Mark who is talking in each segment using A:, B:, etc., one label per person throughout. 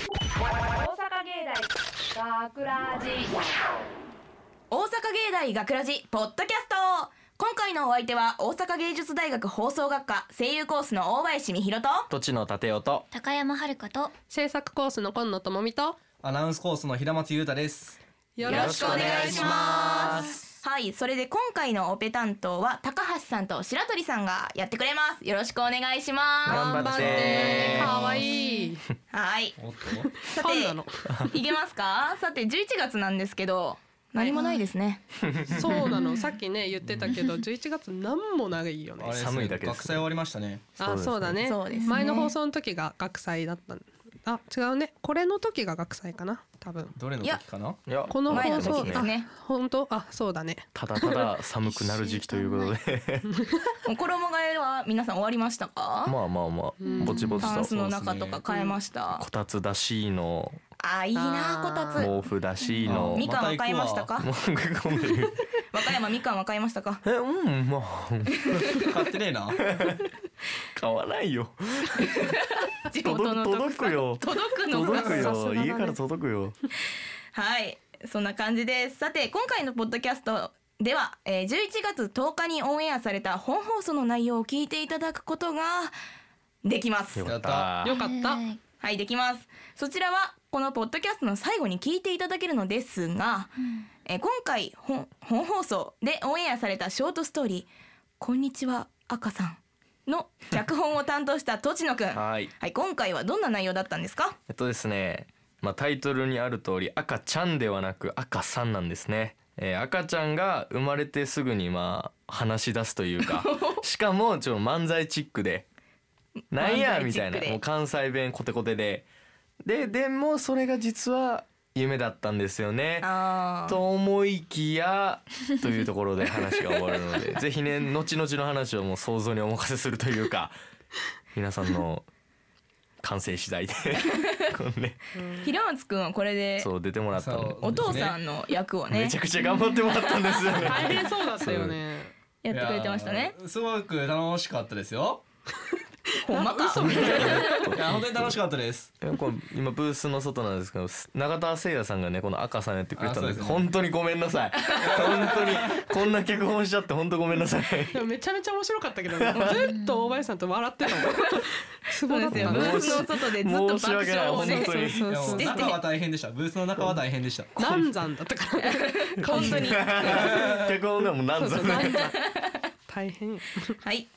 A: 大阪芸大学ラジ
B: 大阪芸大学ラジポッドキャスト今回のお相手は大阪芸術大学放送学科声優コースの大林美博と
C: 土地の立雄と
D: 高山遥香と
E: 制作コースの今野智美と
F: アナウンスコースの平松裕太です。
E: よ
C: ろしくお願いします
B: はいそれで今回のオペ担当は高橋さんと白鳥さんがやってくれますよろしくお願いしま
C: 頑張って
E: 可愛いい
B: すはい
F: おっと、
B: さ
E: パンダの
B: ていけますかさて11月なんですけど何もないですね
E: そうなのさっきね言ってたけど11月なんもないよ
F: あれ
E: ね
C: 寒いだけです
F: 学祭終わりましたね。
E: あそうだね
B: そうですね
E: 前の放送の時が学祭だったあ違うねこれの時が学祭かな多分
F: どれの
B: いや
F: 時かな？
C: いや
E: この
B: 前
E: 放
B: の
E: 送
B: 時ですね
E: あ本当あそうだね
C: ただただ寒くなる時期ということで
B: もう衣替えは皆さん終わりましたか、
C: まあまあまあぼちぼち
B: タンス
C: と
B: の中とか買えました、
C: こたつだしの
B: あいいなこたつ
C: 毛布だしの
B: みかんは買いましたか
C: もうごめん
B: 和歌山みかんは買いましたか
C: えうんまあ
F: 買ってね えな。
C: 買わないよ
B: 地
C: 届
B: 元の特
C: 届くよ
B: 届くの
C: 届
B: か
C: く
E: さす
C: よ
E: がだね
C: 家から届くよ
B: はいそんな感じですさて今回のポッドキャストでは、えー、11月10日にオンエアされた本放送の内容を聞いていただくことができます
C: よかっ
F: や
C: た
E: よかった
D: はい
B: はいできますそちらはこのポッドキャストの最後に聞いていただけるのですが、えー今回本本放送でオンエアされたショートストーリー「こんにちは赤さん」の脚本を担当したとちのくんは
C: はい
B: い今回はどんな内容だったんですか
C: えっとですね、まあ、タイトルにある通り赤ちゃんではなく赤さんなんですね、えー赤ちゃんが生まれてすぐにまあ話し出すとい うかしかもちょっと漫才チックでなんや
B: 漫才
C: み
B: チ
C: た
B: ッ
C: い
B: クで
C: なもう関西弁コテコテでででもそれが実は夢だったんですよね
B: あー
C: と思いきやというところで話が終わるのでぜひね後々の話をもう想像にお任せするというか皆さんの完成次第でこのね
B: 平松くんはこれで
C: そう出てもらったんで
F: そう
B: お父さんの役をね
C: めちゃくちゃ頑張ってもらったんですよね
E: 大変そうだったよね
B: やってくれてましたね。
F: すごく楽しかったですよ。
B: ほんまか。
F: いや本当に楽しかったです。
C: こう今ブースの外なんですけどす永田聖也さんがねこの赤さんやってくれたん
F: あそう
C: で
F: ですね
C: 本当にごめんなさい本当にこんな脚本しちゃって本当ごめんなさい
E: でもめちゃめちゃ面白かったけどねずっと大林さんと笑ってたもんす
B: そ
E: ご
B: う
E: か
B: です
E: っ
B: よ。
E: た
B: ブ
E: ね
B: ースの外でずっと爆
C: 申し訳ない
B: 笑をね
C: 本。当に
E: そう
F: いや
E: そう
F: も
E: そう
B: してて
F: 中は大変でした。ブースの中は大変でした。
E: 難産だったから
B: 本当に。
C: 脚本がもうなんぞね
E: 大変よ
B: はい。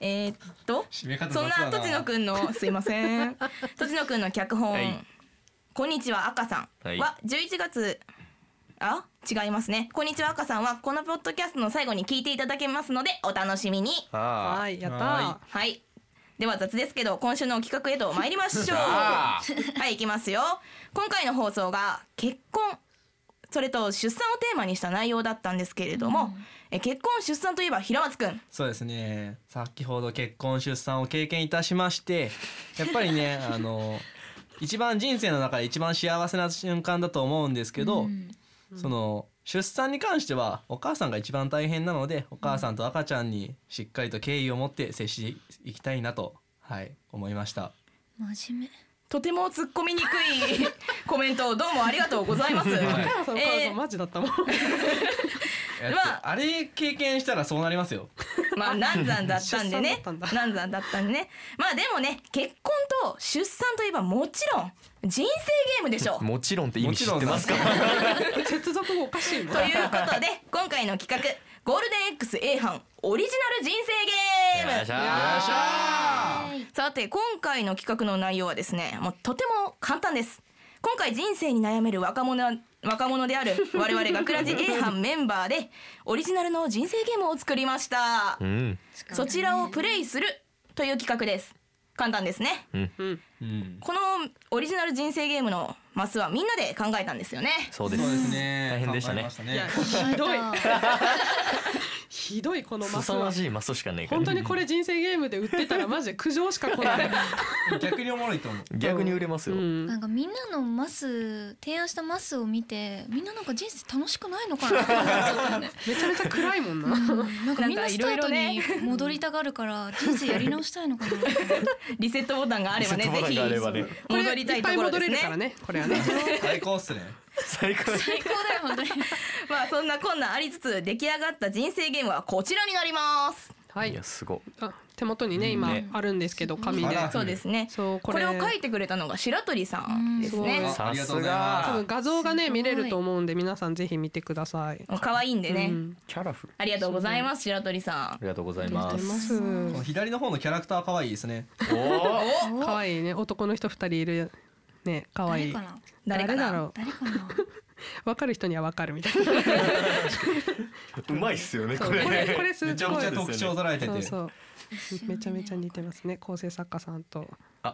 B: えーっと、
F: 締め方
B: そんなとちの
F: ん。
B: くんの、すいませ ん。とちのくんの脚本。
C: はい
B: こんにちは、赤さん。
C: はい
B: は11月。あ、違いますね。こんにちは、赤さんは、このポッドキャストの最後に聞いていただけますので、お楽しみに。
C: あ
E: はいやった
F: は
B: はい。では雑ですけど今週の企画へと参りましょう。
C: あ
B: はい、行きますよ。今回の放送が結婚それと出産をテーマにした内容だったんですけれども、え結婚出産といえば平松くん。
F: そうですね。先ほど結婚出産を経験いたしまして、やっぱり ねあの一番人生の中で一番幸せな瞬間だと思うんですけど。その出産に関してはお母さんが一番大変なのでお母さんと赤ちゃんにしっかりと敬意を持って接していきたいなと、はい、思いました
D: 真面
B: とても突っ込みにくい コメントをどうもありがとうござい ます。
E: お母さんお母さんマジだったもん
F: やっ
B: まあ
F: ぱあれ経験したらそうなりますよ
B: まあ難産だったんでね
E: 出産だったんだ
B: 難産だったんでねまあでもね結婚と出産といえばもちろん人生ゲームでしょう
C: あ。もちろんって意味知ってますか
E: 接続語おかしいの
B: ということで今回の企画ゴールデン X A 班オリジナル人生ゲーム
C: ゃ
B: さて今回の企画の内容はですねもうとても簡単です今回人生に悩める若者若者である 我々学ラジ A 班メンバーでオリジナルの人生ゲームを作りました
C: うん
B: そちらをプレイするという企画です簡単ですね
E: うん
F: うん
B: このオリジナル人生ゲームのマスはみんなで考えたんですよね
C: そうです
F: ね
C: 大変でしたね
F: 頑張りま
E: いや
D: 目
E: ひどい
D: やった
E: ひひどいこのマス
C: 凄ま
E: は
C: じいマスしかねえから
E: 本当にこれ人生ゲームで売ってたらマジで苦情しか来 ない、
F: 逆におもろいと思う
C: 逆に売れます
E: う
C: よ、
E: ん
D: なんかみんなのマス提案したマスを見てみんななんか人生楽しくないのかなって思っちゃったよね
E: めちゃめちゃ暗いもんな、
D: うんなんかみんなスタート
B: なんか
D: に
B: い
D: 戻りたがるから人生やり直したいのかなって
B: リセットボタンがあればね
C: リセットボタンがあればね
B: ぜひ戻りたいところです
E: いっぱい戻れ
B: ね
E: るからねこれはね
F: 最高っすね
C: 最高に
D: 最高だよ本当に
B: まあそんなこんなありつつ出来上がった人生ゲームはこちらになります
E: はいい
C: やすご
E: あ手元にね今
C: ね
E: あるんですけど紙
F: あ
E: で
F: ら
B: そうですね
E: そう
B: こ
E: これ
B: れを書いてくれたのが白鳥さんです
E: う
B: ね
E: ん
F: あ
C: さ
F: りがと
C: す
F: うございます
E: 多
C: が
E: 分画像が
D: す
E: ね
D: ごい
E: 見れると思うんで皆さんぜひ見てください
B: 可愛いんでね、
E: うん
C: キャラフ
B: ありがとうございます白鳥さ
C: あ
B: ん
C: りがとうございます
E: ます
F: この左の方のキャラクター可愛いですね
C: おー
E: 可愛いね男の人二人いるね可愛い
D: 誰かな
B: 誰か
E: 誰
B: な
E: だろ
D: 誰かな
E: う分かる人には分かるみたいな
C: うまいっすよね
E: そう
C: これ
E: これこれすごい
C: めちゃ
F: め
C: く
F: ち
C: ち
F: ゃ
C: ゃ
F: 特
C: 特
F: 徴
C: 徴
F: 捉えてて
E: そうそうめちゃめちゃ似てますね構成作家さんと
B: デ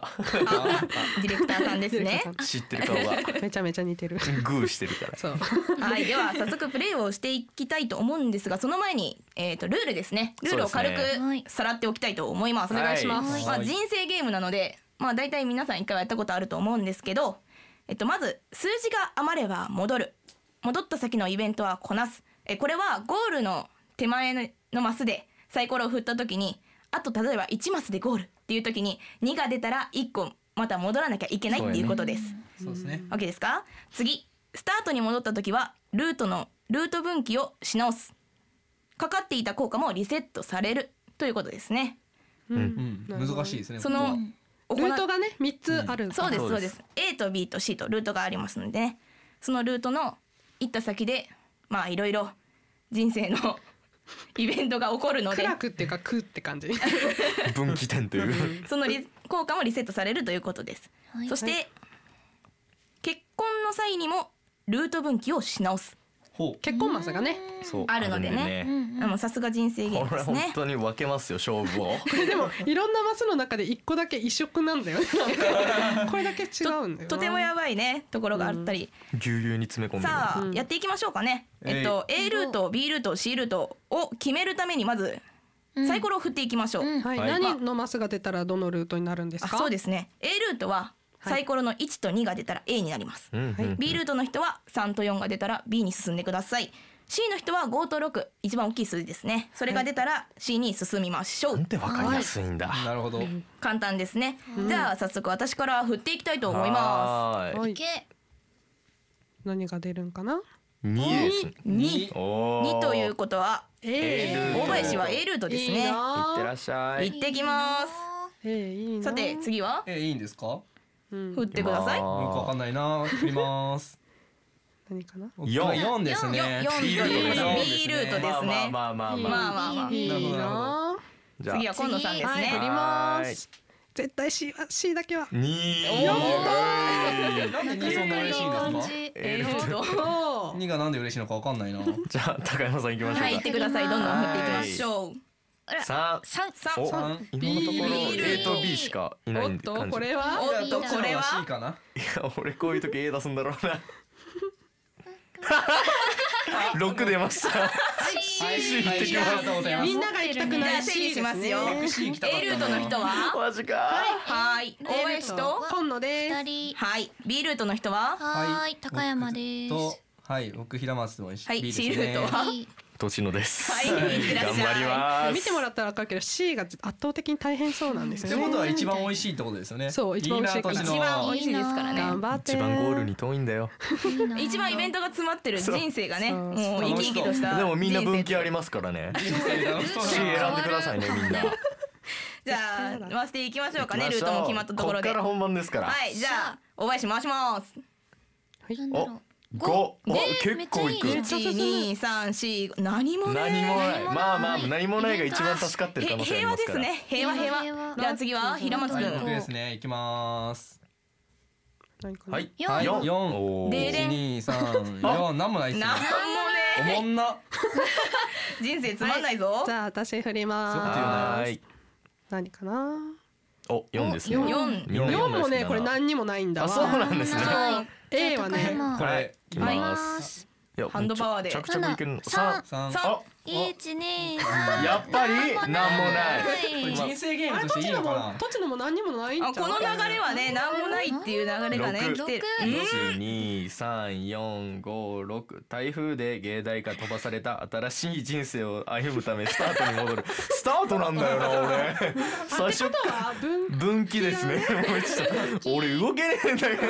B: ィレクターさんです
E: ディレ
B: ね
E: クター
C: 知ってる顔が
E: さんめちゃめちゃ似てる
C: グーしてるから
E: そう
B: はいでは早速プレイをしていきたいと思うんですがその前に、えー、とルールですねルールを軽
C: そうです
D: ねはい
B: くさらっておきたいと思います、
E: お願いします
C: は
B: まあ、
F: はい
B: 人生ゲームなので、まあ、大体皆さん一回はやったことあると思うんですけど、えっと、まず数字が余れば戻る戻った先のイベントはこなすえこれはゴールの手前のマスでサイコロを振った時にあと例えば1マスでゴールっていう時に2が出たら1個また戻らなきゃいけないっていうことです。
F: そうですね
B: OK ですか次スタートに戻った時はルートのルート分岐をし直すかかっていた効果もリセットされるということですね
E: うん
F: うん
E: なるほど
F: 難しいですね
B: そ
F: ここ
B: の
F: は
B: 行
E: ルートがね三つあるん
B: そうです
C: そう
B: そう
C: で
B: ですす A と B と C とルートがありますのでねそのルートの行った先でまあいろいろ人生の イベントが起こるの
E: 苦
B: で
E: 楽っていうか空って感じ
C: 分岐点という
B: そのリ効果もリセットされるということです、
D: はい
B: そして、
E: は
B: 結婚の際にもルート分岐をし直す
F: ほ
E: 結婚マスがね
C: そう
B: あるのでね
C: あ
D: う
C: る
D: ん
C: ん
D: うん
B: あのさすが人生ゲームで
C: これ
B: す
C: 本
B: ね
C: 当に分けますよ勝負を
E: でもいろんなマスの中で一個だけ一色なんだよねこれだけ違うんだよな
B: とてもやばいねところがあったり、
C: ぎゅうぎゅうに詰め込んでる
B: さあ、
E: うん
B: やっていきましょうかね、
F: えい
B: えっと A ルート B ルート C ルートを決めるためにまず
D: うん
B: サイコロを振っていきましょう、
D: うん
E: はい、
C: はい
E: 何のマスが出たらどのルートになるんです
B: あ
E: か
B: そうですすね A ルートはサイコロの1と2が出たら A になります、
C: うんうん
B: B ルートの人は3と4が出たら B に進んでください C の人は5と6一番大きい数字ですねそれが出たら C に進みましょう、
C: なんて分かりやすいんだ
F: うなるほど
B: 簡単ですね、じゃあ早速私から振っていきたいと思いま
C: はーい
E: はい
D: いけ
E: 何が出るんかな
C: 二ですね
B: す2
C: おー
B: 2ということは
C: えー
B: 大林は A ルートですね
C: いって
E: な
C: らっしゃい
B: 行ってきます
E: えー、いいな
B: さて次は
F: えいいんですかよ
E: うん
B: 振ってください
C: 行き
F: くわかんないな振ります
E: 何かな
C: 四
F: 四ですね
B: 四
C: ビ
B: 四
C: ールと
B: 四
C: か
B: ビールとですね
C: まあまあまあまあまあ
B: まあまあまあ
E: いいな
F: なるほどなるほ
C: じゃあ
B: 次は今野さんです
E: はい振
B: ね
E: りま
C: はーい
E: す絶対 C は C だけは
C: 二
F: なんで二そんな嬉しいんですか
B: A ル ート
E: お
F: 二がなんで嬉しいのかわかんないな
C: じゃあ高山さん行きましょうか
B: はい行ってくださいどんどん振っていきましょう
C: 三
D: 三
B: さ
C: お
E: 三
C: 今のところ
E: B
C: A と B しかいない
E: お
C: ん
E: っ
C: で
E: と
C: 感じ
E: これ
B: あ
E: は
B: おっと
F: どっちの
B: これ
F: 方が
B: は
F: C かない
C: や俺こういう時 A 出すんだろう な六出ました
F: はい C 行ってきますありがとうございます
E: みんなが行きたく
B: じ
E: な
B: ゃ
E: い
B: あ整理
E: C
B: しますよ
E: ですね
F: C 行きたか
B: A
F: った
B: ルー
F: な
B: トの人は
C: マジか
B: はい大林と
E: 今野です
D: 二人
B: はい B ルートの人は
D: はーい高山です
F: とはい僕平松も一緒
B: はい
F: B です
B: C ルートは
D: はい
C: 栃野です
B: はい
C: 頑
B: いってらっしゃい
C: 張ります
E: 見てもらったら分かるけど C が圧倒的に大変そうなんです
F: っ
E: よ
F: てこ
E: ね
F: とは一番美味しいってことですよね
E: そう一番美味しいから
F: リーダー
B: 一番美味しいですから
E: 頑
B: ね
E: 張って
C: 一番ゴールに遠いんだよ
D: いい な
B: 一番イベントが詰まってる人生がね
E: そう
B: もう生き生きとした
C: でもみんな分岐あり
B: ま
C: ますからね
F: 人生楽しそう
C: C
F: だ
C: 選
F: な
C: んでくださいねみんな
B: じゃあ回していきましょうかね
C: 行きま
B: ル
C: し
B: ー
C: ょう
B: トも決まったところで
C: っから
B: は
C: 本番ですから
B: いじゃあ大林回します
D: なんだ
C: お
D: ろ
C: 5お
D: ねえ
C: 結構い
D: め
C: く
D: っちゃ
B: 一二三四五何もね
C: 何もない
D: 何もない
C: まあまあ何もないが一番助かってる可
B: へ
C: 能性あり
B: 平
C: ま
B: 和です
C: か
B: す
C: ら
B: ね平和平和
D: 平和
B: じゃあ次は平松
F: は
B: く
F: い僕
B: ん
F: ですね行きます
E: 何かな
C: はい
D: 四
F: はい四
C: お
B: で
C: ー
B: でん
F: 一二三四なんもないっすね
B: 何も
F: お
B: ね
F: もんな
B: 人生つまんないぞ
E: じゃあ私振り
C: は
E: ま
C: ー
E: す
C: い
E: 何かな
C: お四ですね
D: お
B: 四
C: みんな
E: 四も
C: 四大好きだ
E: ね
C: な
E: これ何にもないんだ
C: あ
E: わ
C: そうなんですね
D: は
E: そう A はね
D: じゃあ高山
C: これいき
F: は
C: ます
F: い
D: 回します
C: いや
B: ハンドパワーで
C: もうちょ着々いけるの
D: 三
F: 三
B: さあ
D: 一二
C: あ
D: 三。
C: やっぱりなんもない
F: これ人生ゲームとしていいのかな
E: 栃野も何にもないんちゃ
B: あ
E: う
B: この流れはねなんもないっていう流れがね
C: 六
B: 来てる
D: 六
C: 一二三四五六台風で芸大から飛ばされた新しい人生を歩むためスタートに戻るスタートなんだよな俺最初
E: あとは文
C: 分岐ですねもうちょっと俺動けねえんだけど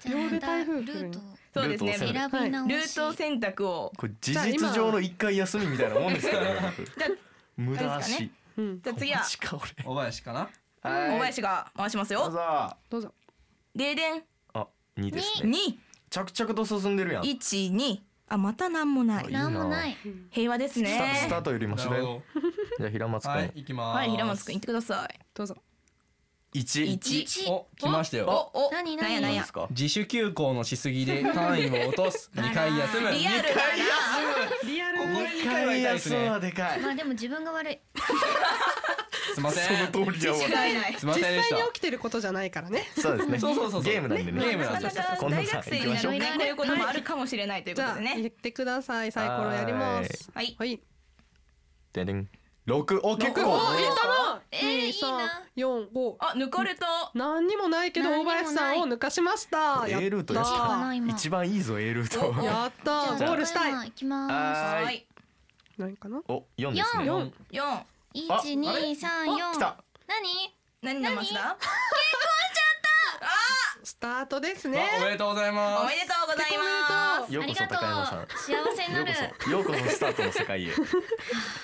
D: じゃあまたルートを
B: そうですね
C: ルートを選ぶ
D: 選び直し。
B: ルート選択を
C: これ事実上の一回休みみたいなもんですからね
B: じゃあ
C: 無駄
B: あれですか
C: 足
B: ね
E: うん
B: じゃあ次は
C: マジか俺
F: 小林かな
B: 大林が回します
C: どう
B: よ
C: ぞ
E: どうぞ
B: ででん
C: あ二ですね
B: 二
C: 着々と進んでるやん
B: 一二あまたなんもない
C: い
D: なんもない。
B: 平和です
C: スタス
B: ね
C: タートよりも
F: な
C: しだ
F: るほ
C: よ
F: ど
C: じゃあ平松く
F: はい
C: ん
F: 行きます
B: はい平松くん言ってください
E: どうぞ
C: 一
B: 一
D: 一。
F: お来ました
B: お
F: よ
B: お
D: 何
B: なんやな
D: 何
B: ん
C: 何
B: や
C: ですか
F: 自主休校のしす ぎで単位を落とす
D: あら
F: 二回休む
B: リアルだな
E: リアル
F: ここに回は痛いですね
C: でかい
D: まあでも自分が悪い。
F: すいません
C: その通りだわ
B: ないない
F: すいませ
E: 実
F: んで
E: 際
F: し
E: に
F: た
E: 起きてることじゃないからね
C: そうですね
F: そうそうそうそう
C: ゲームなんでね
F: ゲームなんで
B: な
F: す
B: かなか
C: こんな
B: 大
C: さ
B: 学
C: ん
B: 生
C: 行き
B: に
C: ま
B: な
C: しょう
B: るねこういうこともあるかもしれないというこ
E: じ
B: と
E: ゃあ
B: で
E: 言
B: ね
E: ってくださいサイコロやります
B: はい
E: はい
C: ででん六お結
E: お
C: 構
E: 入れたな
D: えーいいな
E: 2345
B: あ抜かれた
E: 何にもないけど大
D: 何にもない
E: 林さんを抜かしましたや
C: A ルー
E: っ
C: トや
D: 一かな
E: た
D: 今。
C: 一番いいぞ A ルー
B: お
C: ト
E: やった
D: じゃあ
E: ゴールした
D: 岡山
E: い
D: 行きま
C: はーい
B: はい
E: 何かな
C: お四ですね
E: 四
B: 四
D: す。
C: あ
D: 一二三四。
C: 来た
D: 何？
B: 何のマスだ
E: スタートですね
F: あおめでとうござい
B: お
F: ま
B: め
F: す
B: でとうございま
C: ようこ
D: あり
C: そ
D: がと
C: 高山さん
D: う。幸せにな
C: よう
D: る
C: こ。そようこそスタートの世界へじ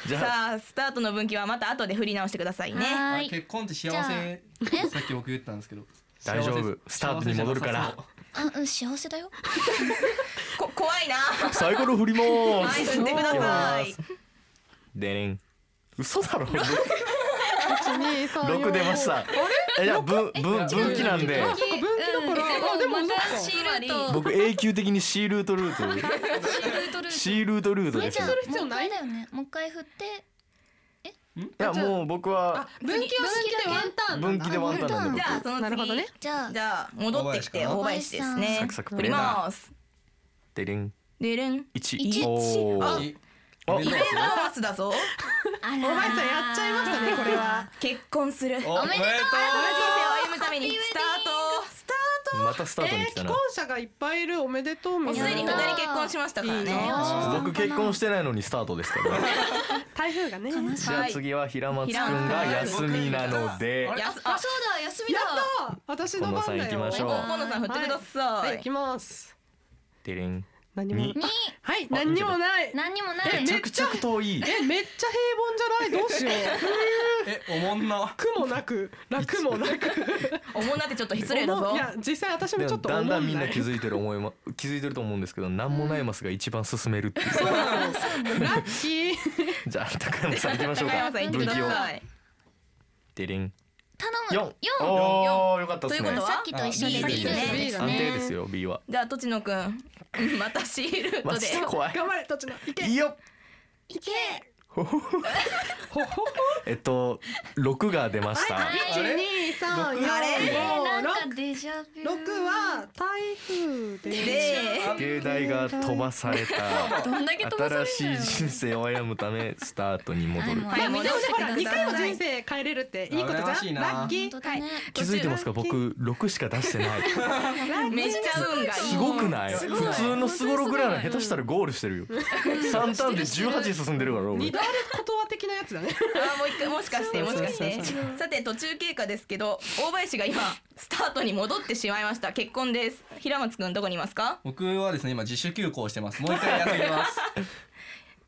B: す
C: ゃあ
B: さあスタートの分岐はまた後で振り直してくださいね
D: は
F: あ
D: ー
F: れ
D: い。
F: 結婚って幸
D: じゃあ
F: せ
D: え
F: さっき僕言ったんですけど
C: 大丈夫
F: 幸せ
C: スタートに戻るから
F: 幸
D: あうん幸せだよ。
B: こ怖いな
C: サイコロ振りまー
B: はい振
C: す
B: ってください
C: でれん嘘だろ
E: 12345
C: 六出ましたえじゃあ分分分岐なんで
E: あそっか分岐だからあでもなんか
D: シールと
C: 僕永久的に C ルートルート
D: シールとルー
C: C ルートルー
D: ト。
C: ト
D: え
C: で
D: じ
C: す
D: ゃあ
C: よ
D: もう
E: る必要
D: 一
E: ない
D: 回だよね。もう一回振って。
C: いやもう僕は
E: 分岐を好きでワンターンなん
C: 分
E: だ
C: 岐でワンタンなんで
B: じゃあその次
E: なるほどね
D: じゃあ
B: じゃあ戻ってきて大
F: 大
B: 林で
D: 林か
B: す
D: な
B: ね
C: サクサク
B: 振
C: プレ
B: り
C: イだ
B: ます
C: でれん
B: でれん
C: 一
D: 一
C: お
F: せ
C: ー
F: いい
C: あ
F: おめでとうございます
B: あマスだぞ
D: あらー。
E: 大林さんやっちゃいましたねこれは
B: 結婚するこの人
F: おめでとう
B: 生を歩むためにスタートスタ
C: またスタートに来
E: えー
C: た
E: 既
C: な
E: 婚者がいっぱいいるおめでとう
B: ー
E: み
B: ト
E: た
B: すでに
E: いな
D: お
B: 二人結婚しましたから
E: いい
B: ね
E: な
C: 僕結婚してないのにスタートですからね
E: 台風がね
C: じゃあ次は平松くんが休みなので
F: あれ
B: やすあ
D: あそうだ休み
E: や
D: だ。
E: った私の番だよ
C: 近藤さん行きましょう
B: 河野さん振ってくだ
E: は
B: さ
E: い
B: い
E: 行きます
C: でれん
E: 何も
C: に
D: に
E: はい何にもない
D: 何にもな
E: えめ
D: い。
C: 着々といい
E: えめっちゃ平凡じゃないどうしよう
F: えおもんな
E: 苦もなく楽もなく
B: おもんなってちょっと失礼だぞ
E: いや実際私も
C: で
E: ちょ
C: も
E: っと
C: だ
E: 思
C: んだんみんな気
E: い
C: づいてる思いま 気づいてると思うんですけど何もないマスが一番進めるっていう
E: ラッキー
C: じゃあ高山さん行きましょう
B: 高
C: か
B: 山さん行ってく
C: 分
B: だ
C: 岐を
B: さい
C: でれん
D: 頼む
C: 四。
D: 四。
C: おーよかったです
B: という
C: ね
B: ことは
D: さっきと一緒で
B: B ですね
D: B だ
C: 安
D: ね
C: 定ですよ B は
B: じゃあとちのく んうんまたシール
C: マ
B: ドで
C: ジで怖い
E: 頑張れとちのいけ
C: いいよ
D: いけ。
E: ほほほ
C: えっと六が出ました
E: 一二三四
F: あれ
D: え
E: 五
D: ーなん
E: 六
D: かデジャブ。
E: 六は台風で
B: で
C: 芸大が飛ばされた
D: どんだけ飛ばされる
C: 新
D: んだ
C: しい
D: よ。
C: 人生を歩むためスタートに戻る
D: は
B: はい
D: い
E: まあ
B: 戻
E: でも
B: して
E: ほ
B: くだ
E: ら
B: さい
E: 二回も人生変えれるっていいこと
F: 羨まし
E: じゃ
F: い
E: ん
F: な
E: ラッキー
D: 本当だね。
C: 気づいてますか僕六しか出してない
B: めっちゃ運がいい
C: すごくない
B: す
C: 普
B: ご
C: 通のすごろくらいの下手したらゴールしてるよ三ターンで18進んでるから
E: 二
C: 俺
E: 度あることわ的なやつだね
B: あーもう一回もしかしてもしかし
E: そ
B: て
E: う
B: さて途中経過ですけど大林が今スタートに戻ってしまいました結婚です平松くんどこにいますか
F: 僕はですね今自主休校してますもう一回休みます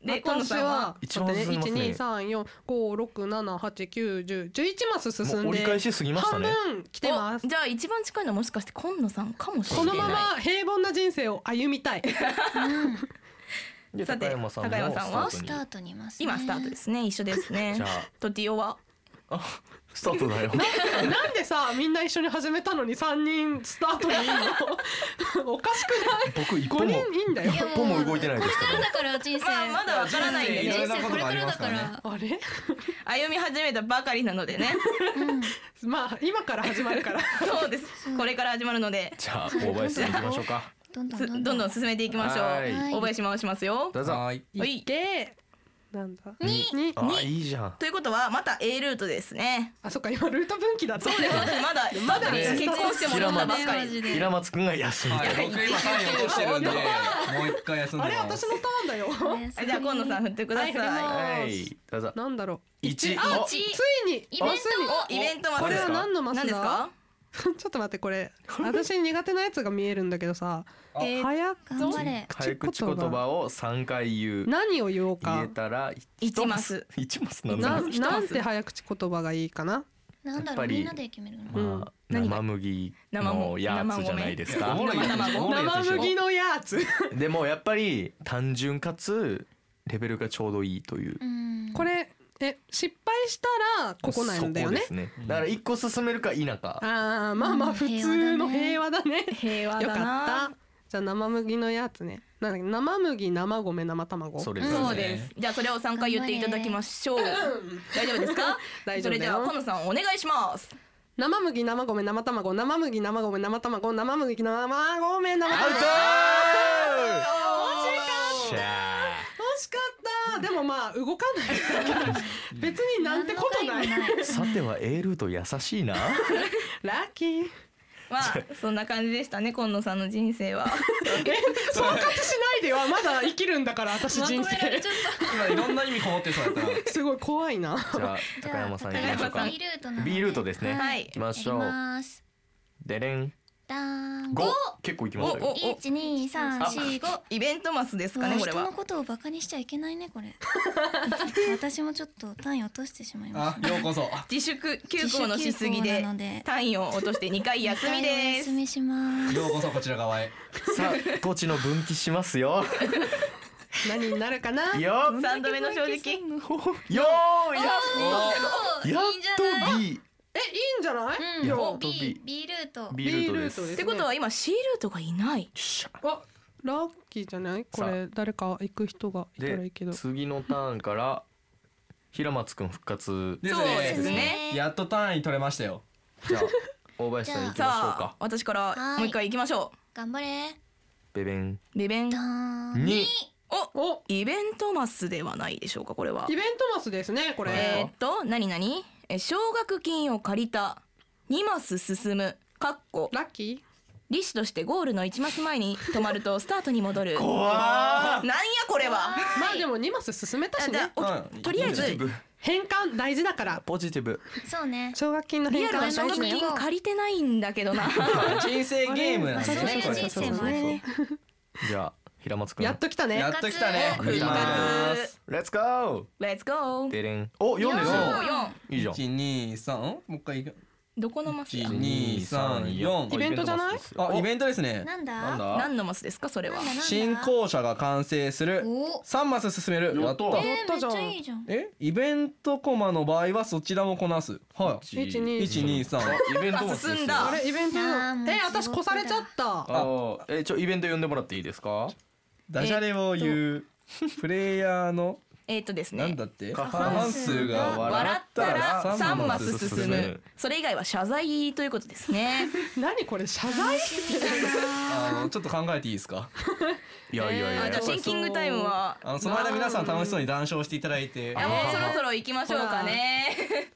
B: で今野
E: 私
B: さんは
E: は
C: 一番進みますね
E: 一二三四五六七八九十十一マス進んで
C: もう折り返し過ぎました
E: 半
C: ね
E: 分来てます
B: おじゃあ一番近いのはもしかして今野さんかもしれな
E: こ
B: い
E: のまま平凡な人生を歩み たい。
C: で
B: さて
C: 高山さんも
B: 高山さんは
C: ス
D: ス
C: タ
D: タ
C: ー
D: ートにいます。
B: 今スタートで。すね一緒です
C: ト
B: ね
C: にじゃあ
B: トティオは
C: あスタートだよ
E: なんでさ、みんな一緒に始めたのに三人スタートにいいの。 おかしく ない。
C: 僕一歩
E: 五
C: も
E: 人いいんだよ。
D: いや
C: 一歩も動いてないですから
D: だから人生。
B: あまだわからないんで
F: いろ
B: ね
F: いろ
D: 人
F: な
D: 生
F: こ
D: ことれ
F: があ
D: か
F: り
D: ら
F: ま
D: だ
F: す
D: か
F: からね
D: ら。
E: あれ、
B: 歩み始めたばかりなの でね
E: まあ今から始まるから。
B: そうですこれから始まるので
C: じゃあ大林さん行きましょうか
D: どんどん
B: すどんどん進めていきましょ
C: は
B: う。
C: い
D: はい
B: 大林回しますよ。
C: どうぞ
F: はい
B: はいい。
E: けなんだ
C: に
E: に
C: あいいじゃん
B: ということはまた A ルートですね。
E: あそっか今ルート分岐だった
B: そうですそうですまだまだ
C: まだね
B: 結婚してもらったばっか
D: 平松
B: り。
C: 平松くんが休み
F: はい
C: で
F: 僕今最後落としてるんでもう一回休ん で
E: あ
F: ます
E: れ私のターンだよ
B: あじゃあ今野さん振ってください。
E: は
C: はいどうぞ
E: なんだろう
C: 一
E: あ
C: お
E: ついに
D: イベント
E: あつい
B: おイ
E: に
B: ベントマス
E: これは何のマスだ
B: 何ですか？
E: ちょっと待ってこれ私苦手なやつが見えるんだけどさ
F: あ
E: えー早
D: 頑張れ
C: 早口
E: 口
C: 言
E: 言
C: 葉
E: 葉
C: を三回言う
E: 何を言おう
C: 言え
E: か
C: たら
B: 一マス
C: 一マスな
E: な
C: のか
E: なんなんて早口言葉がいいかな
D: なんだ
C: やっぱ
D: ろう
C: り
D: みんなで決めるの
E: う
C: な、
E: ん
C: まあ、
B: 何が
C: 生麦
B: 生
C: の
B: も
C: やつじゃないですか
F: 生もろいやつ
B: 生も
F: おもろいやつでしょ
E: 生麦のやつ
C: でもやっぱり単純かつレベルがちょうどいいという
D: うん
E: これえ失敗したらここなんだよね
C: そこですねだから一個進めるか否か、
E: ああまあま
D: う
E: あ
D: ん
E: 普通の平
D: 平
E: 和だね
B: 平和
E: よ
B: だ
E: かった
B: な。
E: じゃあ生麦のやつねなんだっけ生麦生米生卵
C: それですね
B: そうです。じゃあそれを三回言っていただきましょう。大丈夫ですか？
E: 大丈
B: それ
E: 夫だ
B: では今
E: よ
B: 野さんお願いします。
E: 生麦生米生卵生麦生米生卵生麦生米生
C: アウ
E: 卵
C: ト
E: 惜し
C: し
E: かった
C: ゃ
E: 惜しかったでもまあ動かない 別になんてことない
D: 何の害も
C: ーさては A ルート優しいな
E: ラッキー
B: まあそんな感じでしたね今野さんの人生は。
E: 総括しないではまだ生きるんだから私人
D: まとめられ
E: 生
D: ちゃった
F: 今いろんな意味こもってそうだったな
E: すごい怖いな
C: じゃあ高山さんいきましょう
B: 高
C: か
B: 山
D: B ルートなの
C: B ルートですね
B: はい
C: 行きましょう
D: やります
C: でれん
D: だーん
C: 五結構いきました
B: お
C: よ
B: お
D: 一二三四五
B: イベントマスですかねこれ
D: 人の
B: は。
D: ことをバカにしちゃいけないねこ れ私もちょっと単位落としてしまいま
F: あ
D: し
F: ようこそ
B: 自粛休
D: た
B: 校のしすぎ
D: 自主
B: で
D: 休校なので
B: 単位を落として二回休みで
D: お
B: す
D: 休。みします
F: ようこそこちら側へ
C: さあ土地の分岐しますよ
E: 何になるかない
C: いよ
B: 三度目の正直。
C: よーや
D: おー
C: や
D: いいんじゃな
C: っと
D: い
C: B
E: えいいんじゃない、
D: うん
C: やっ
E: よ
C: と B
D: B B ルート
C: B ルートです
E: ルート
B: ってことは今 C ルートがいない。
E: あラッキーじゃないこ
C: さ
E: れ誰か行く人がいたらいい
C: で
E: けど
C: 次のターンから平松くん復活
F: です
B: そうで
F: ね
B: すね。
F: やっと単位取れましたよ
C: じゃあ大林さん行きましょう
B: さあ
C: か
B: 私からもう一回行きましょ
D: 頑張れ
C: ベベン
B: う。イベン
D: だーん
C: に
B: お
E: お
B: イベントマスではないでしょうかこれは
E: イ。ベントマスですねこれ、
B: えーっと何何え奨学金を借りた2マス進む。かっこ
E: ラッキ
B: 利子としてゴールの1マス前に止まるとスタートに戻 る。なんや
C: わ
B: これは。
E: ーまあでも2マス進めたし
B: あじ
E: ね
B: ゃあおとりあえ
C: ポジティ
B: ず
C: ブ
E: 返還大事だから
C: ポジティブ
D: そうね
E: 奨学金の
B: リ
E: 返
B: アル
E: 還
B: な
E: は
B: 奨
E: 大
B: 学
E: 事ね
B: 金借りてないんだけどな。
F: 人生ゲームなんです
D: まあ
F: ね
D: そ
F: こ
D: う
F: れ
D: いう人生もあるね
C: じゃあ平松くん
E: やっと来たね
F: やっときたね
B: 復活
F: ます
C: レッツゴー
B: レッツゴー。
C: デレンお四ですよ
F: 四
B: 四
C: いいじゃん
F: 一二三もう一回いく
B: どこのマス
F: 一
B: や。
F: 二三四
E: イベントじゃない
F: あイベ
C: ン
F: ントですね
D: なんだ
C: なんだ
B: 何のマスですかそれは
D: なんだ。なんだ
F: 新校舎が完成する
D: お
F: 三マス進める
C: や
F: や
C: っ
F: ったた
D: えー
E: や
D: め
E: った
D: っ
E: じ
D: ち
E: ゃん
D: ゃいいじゃん
F: えイベントコマの場合はそちらもこなすは
E: 一
F: い
E: 二
F: 一二三
C: イベントマスですよ
B: 進んだ
E: あれイベント
D: あーもう
E: え私越されちゃった
C: あーえちょイベント呼んでもらっていいですか
F: ダジャレを言うプレイヤーの
B: えーっとです
F: なん
B: ね
F: だ。って過
C: 過
F: 半
C: 半
F: 数
D: 数
F: が
D: が
F: 笑
B: 笑
F: っ
B: ったた
F: ら
B: ら
F: 3
B: 3
F: マ
B: マ
F: ス
B: ス
F: 進
B: 進
F: む
B: む。それ以外は謝罪ということですね。
E: 何これ謝罪
F: あのちょっと考えていいですか
C: いやいやい
B: あ
C: や
B: じゃあシンキングタイムは。
F: あのその間皆さん楽しそうに談笑していただいて
B: いやもうそろそろ行きましょうかね。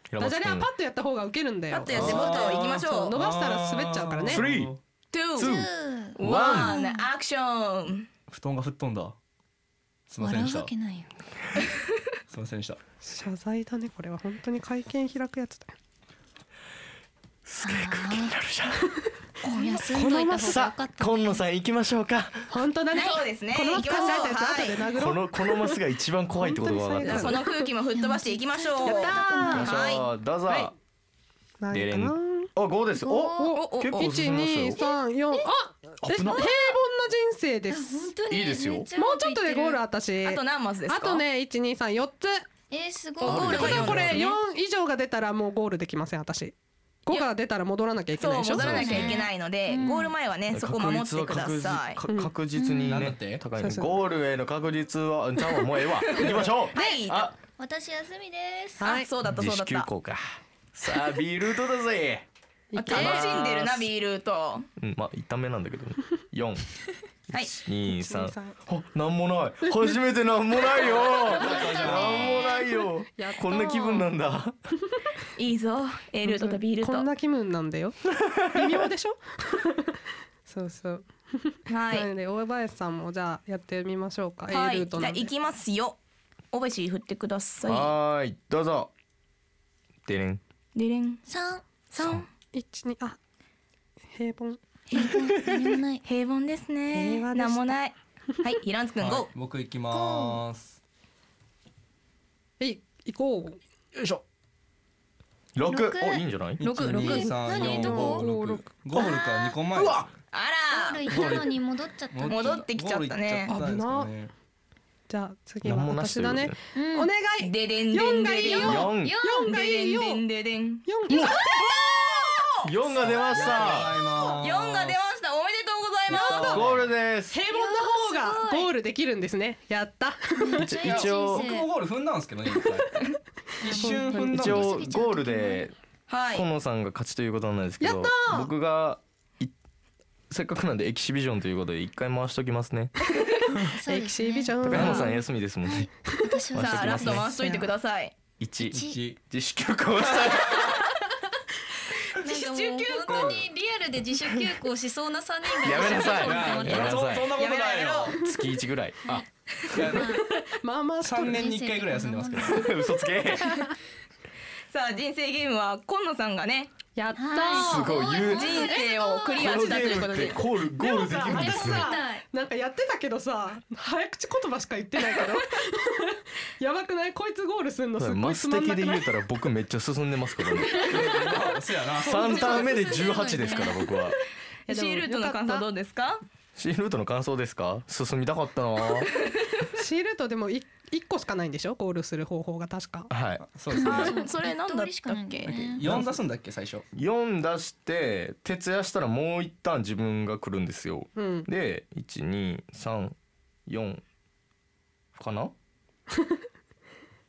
C: 平
E: ダ
C: 松
E: ジ
C: く
E: ャ
C: ん
E: レはパッとやった方がウケるんだよ
B: パッとやってもっと行きまし
E: そ
B: ょ
E: う
B: う
E: 伸。ばしたら滑っちゃうからね
C: スリー
B: two
D: う
B: one action。
F: 布団が吹っ飛んだすいません
D: 笑
F: でし
D: う
F: た
D: わけないよ
F: すいませんでした
E: 謝罪だねこれは本当に会見開くやつだよ
C: すげえ空気になるじゃん
D: 今夜住んどいた方が よ
C: さ
D: かっ
C: あ
D: た
C: 今野さん行きましょうか
E: 本当だね
B: そうですね
E: この
B: 行
E: 考
B: きましょう
E: えたやつ後で殴ろ
C: こ
E: う
C: のこのマスが一番怖いってことが分
B: じ
C: か
B: ゃあ
C: った
B: この空気も吹っ飛ばしていきましょう。
E: や
C: 行
E: った
C: きましょうどうぞ、
E: はい何
C: デレ
E: か
C: ン
E: な
C: あ五ですお
B: おおお
C: 結構
E: 一
C: 進みますよ
E: 二三四あえ
C: 危
E: 平
C: な
E: 凡な人生です
D: 本当に
C: いいですよ
D: めちゃ
E: もうちょっとでゴール
D: あ
E: 私
B: あと何マスですか。
E: あと。ね一二三四つ
D: えーすごい
B: ゴール
E: こ
B: が
E: れ
B: 四
E: これ
B: ですね
E: 四。以上が出たらもうゴールできません私五が出たら戻らなきゃいけ
B: そ
E: な
B: う
E: いでし
B: 戻
E: ょ
B: らなきゃいけないので、
D: うん
B: ゴール前はねそこ守ってください。
C: 確率は確実か確実に
F: うんなんだ
C: ね
F: って
C: 高い
E: そ
C: ね
E: うそう
C: ゴールへの確率はじゃあもうええわ 行きましょう
B: はい。
C: あ
D: 私休みです
B: あそうだったそう
C: 自
B: だ
C: 主
B: った。
C: 休校かさあビールートだぜ
E: い
B: 楽
E: け
B: しんでるなビールと。
C: うんまあ痛めなんだけどね四
B: はい
C: 二三。
E: 1 2 3
C: あ、なんもない。初めてなんもないよ。なんもないよ
E: やっ。
C: こんな気分なんだ。
B: いいぞ A ルートと B ルート
E: こんな気分なん だよ微妙でしょ そうそう、
B: は
E: ないので大林さんもじゃあやってみましょうか、
B: は
E: A ル
B: い
E: ー
B: じ
E: ト
B: ゃ
E: な
B: あ
E: んで
B: 行きますよおべし振ってくださ
C: はーい、どうぞ。でれん。
B: いでれん
D: 三
B: さん
E: 一二あ平凡
D: 平凡何も ない
B: 平凡ですね
E: 平和でし
B: な
E: た
B: んもないはいひらんつくん GO
F: はい僕行きます。
E: えい行こう
C: よいしょ。六。
D: 六
C: お、いいんじゃない。
B: 六
F: 一
B: 六
F: 二三
D: 何
F: 四
D: ど
E: こ
F: 五六。ゴールから二個前。
B: あ
D: ゴー
B: ら
D: ル行ったのに戻っちゃったね
B: 戻ってきちゃったね
F: ゴール行っちゃったんですかね
E: じゃあ次は
C: なんもなし
E: 私
C: ということ
E: だ
C: で
E: ね、
D: うん
E: お願い
B: ででんでん
E: 四
B: で
E: がいい
B: でん
E: よ
C: 四。
B: で
E: 四がいい
B: でん
E: よ
B: でんででん
E: 四
C: 四が出ました。
F: ありがとう
B: 四
F: ござ
B: が
F: い
B: 出
F: ます
B: ましたおめでとうございます
C: ゴールです。
E: 平凡な方がゴールできるんですねやった
C: 一応
D: 人
F: 僕
D: 生
F: もゴール踏んだんですけどね。一回一瞬踏んだんです
C: 一
F: けど。
C: 応ゴールで、
B: はい
C: コノさんが勝ちということなんですけど。僕が。いせっかくなんでエキシビジョンということで一回回しときますね。
D: そう
E: エ
D: で
E: キ
D: す
E: シビ
D: ね
E: ジョン
C: 高山さん休みですもんね。
D: 私は
C: 回し
B: さあ
C: てき
B: ラ
C: ま
B: ス
C: す
B: ト
C: ね
B: 回しといてください
C: 一。
F: 一。
C: 自主休校したい。
D: なんかもう本当にリアルで自主休校しそうな三人が
C: やめなさい
F: やめなさい。そんなことないよ。
C: 月一ぐらい。あ、
E: まあまあ
F: 三年に一回ぐらい休んでますけど。
C: 嘘つけ。
B: さあ人生ゲームは今野さんがね
E: やった
D: は
C: す
E: ー
C: ごい言う
B: 人生をクリアしたということで
C: ゴールゴールできるん
E: あ
C: で
E: れ
C: すね。
E: さなんかやってたけどさ早口言葉しか言ってな いけどやばくないこいつゴールすんのすっご
C: マ
E: いつ
C: ス
E: まん
C: 的
E: な
C: で
E: く
C: 言
E: な
C: う
E: い
C: たら僕めっちゃ進んでます からね。
F: そうやな。
C: 三ターン目で十八ですから僕は。
E: やでも
B: C ルートの感想どうですか
C: 新ルートの感想ですか？進みたかったな。
E: シールとでもい一個しかないんでしょゴールする方法が確か
C: はい。
F: そうですね。
B: それなんだったっ
D: 通りしかないんだ
B: け
D: よね
F: 四出すんだっけ最初。
C: 四出して徹夜したらもう一旦自分が来るんですよ。
E: うん
C: で一二三四かな？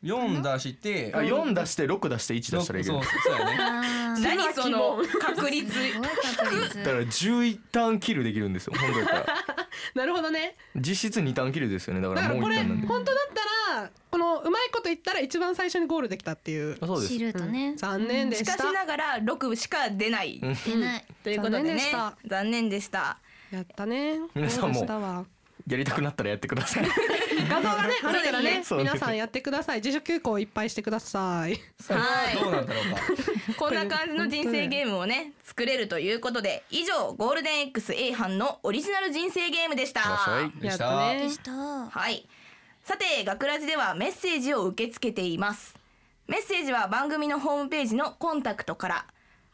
F: 四出して。
C: あ四出して六出して一出したらいいけ
F: そ
C: ど
F: う。そうやね。
D: あー
B: 何その確率
D: すごい確率
C: だから十一ターンキルできるんですよ。本当だったら。
E: なるほどね
C: 実質二ターンキルですよね。だか
E: だからら
C: も
E: こ
C: う一ター
E: れ
C: ンなんで。
E: 本当だったらこのうまいこと言ったら一番最初にゴールできたっていう
C: あそうです
D: シ。ルートね
E: 残念で
B: し
E: し
B: か
E: た
B: しながら6しか出ない
D: 出ない
B: ということでね
E: 残
B: 残念でした
E: やったね
C: 皆さんも
E: ゴールしたわ
C: やりたくなったらやってください。
E: 画像 がねあるからね
C: そうですね
E: 皆さんやってください自主休校いっぱいしてください
B: はい
F: どうなんだろうか。
B: こんな感じの人生ゲームをね作れるということで以上ゴールデン XA 班のオリジナル人生ゲームでした
F: で
E: や
F: し
E: ったたね
D: でした
B: はい。さて、学ラジではメッセージを受け付けています。メッセージは番組のホームページのコンタクトから。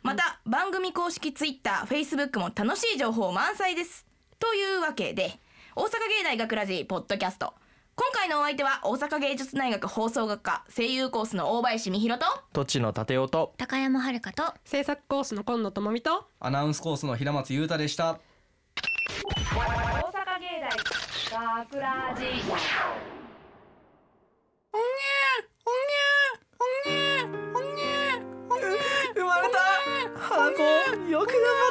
B: また、番組公式ツイッター、フェイスブックも楽しい情報満載です。というわけで、大阪芸大学ラジポッドキャスト。今回のお相手は大阪芸術大学放送学科声優コースの大林美弘と、
C: 土地の建音。
D: 高山遥と
E: 制作コースの今野智美と
F: アナウンスコースの平松裕太でした。
A: 大阪芸大学ラジ
F: 生まれた。花子よく頑張っ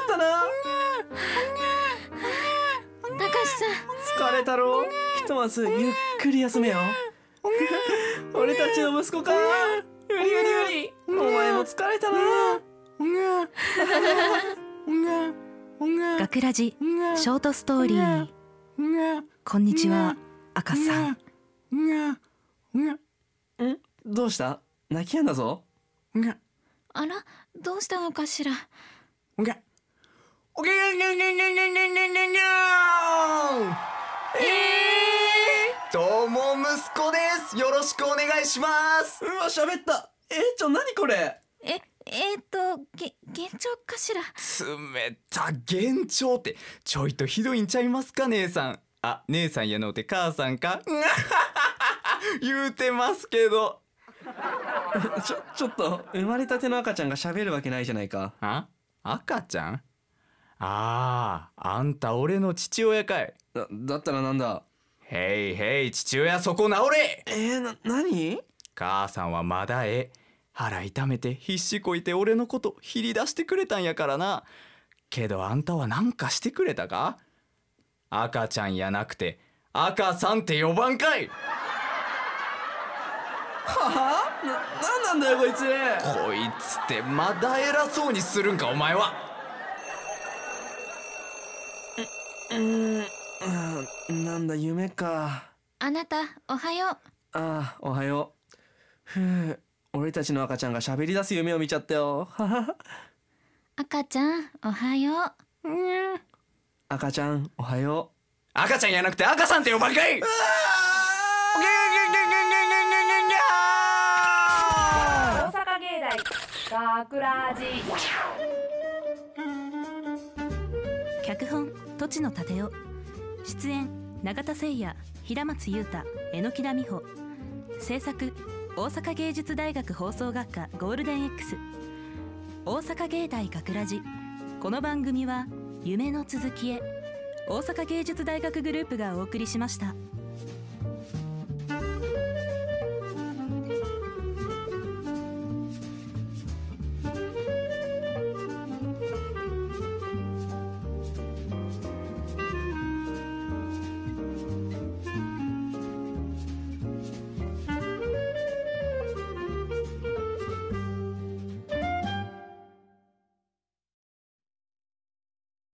F: たな。
D: 高橋さ
F: 疲れたろうひとまずゆっくり休めよ俺たちの息子かうりうりうりお前も疲れたな
G: 学ラジショートストーリーこんにちは赤さん
F: どうした泣きやんだぞ
D: んあらどうしたのかしら
H: どうも息子ですよろしくお願いします
F: うわ喋ったえー、ちょ何これ
D: ええー、っとげ幻聴かしら
H: 冷た幻聴ってちょいとひどいんちゃいますか姉さんあ姉さんやのうて母さんか 言うてますけど
F: ちょちょっと生まれたての赤ちゃんが喋るわけないじゃないか
H: あ赤ちゃんあああんた俺の父親かい
F: だだったらなんだ
H: へいへい父親そこ直れ
F: えー、な何
H: 母さんはまだええ腹痛めて必死こいて俺のことひり出してくれたんやからなけどあんたはなんかしてくれたか赤ちゃんやなくて赤さんって呼ばんかい
F: はあななんなんだよこいつ
H: こいつってまだ偉そうにするんかお前は
F: うんなんだ夢か
D: あなたおはよう
F: ああおはようふう俺たちの赤ちゃんが喋り出す夢を見ちゃったよはは
D: 赤ちゃんおはよう
F: 赤ちゃんおはよう
H: 赤ちゃんやなくて赤さんって呼ばんかい
A: 大阪芸大学ラジ
G: 脚本土地の立雄出演永田誠也平松優太榎田美穂制作大阪芸術大学放送学科ゴールデン X 大阪芸大学ラジこの番組は夢の続きへ大阪芸術大学グループがお送りしました。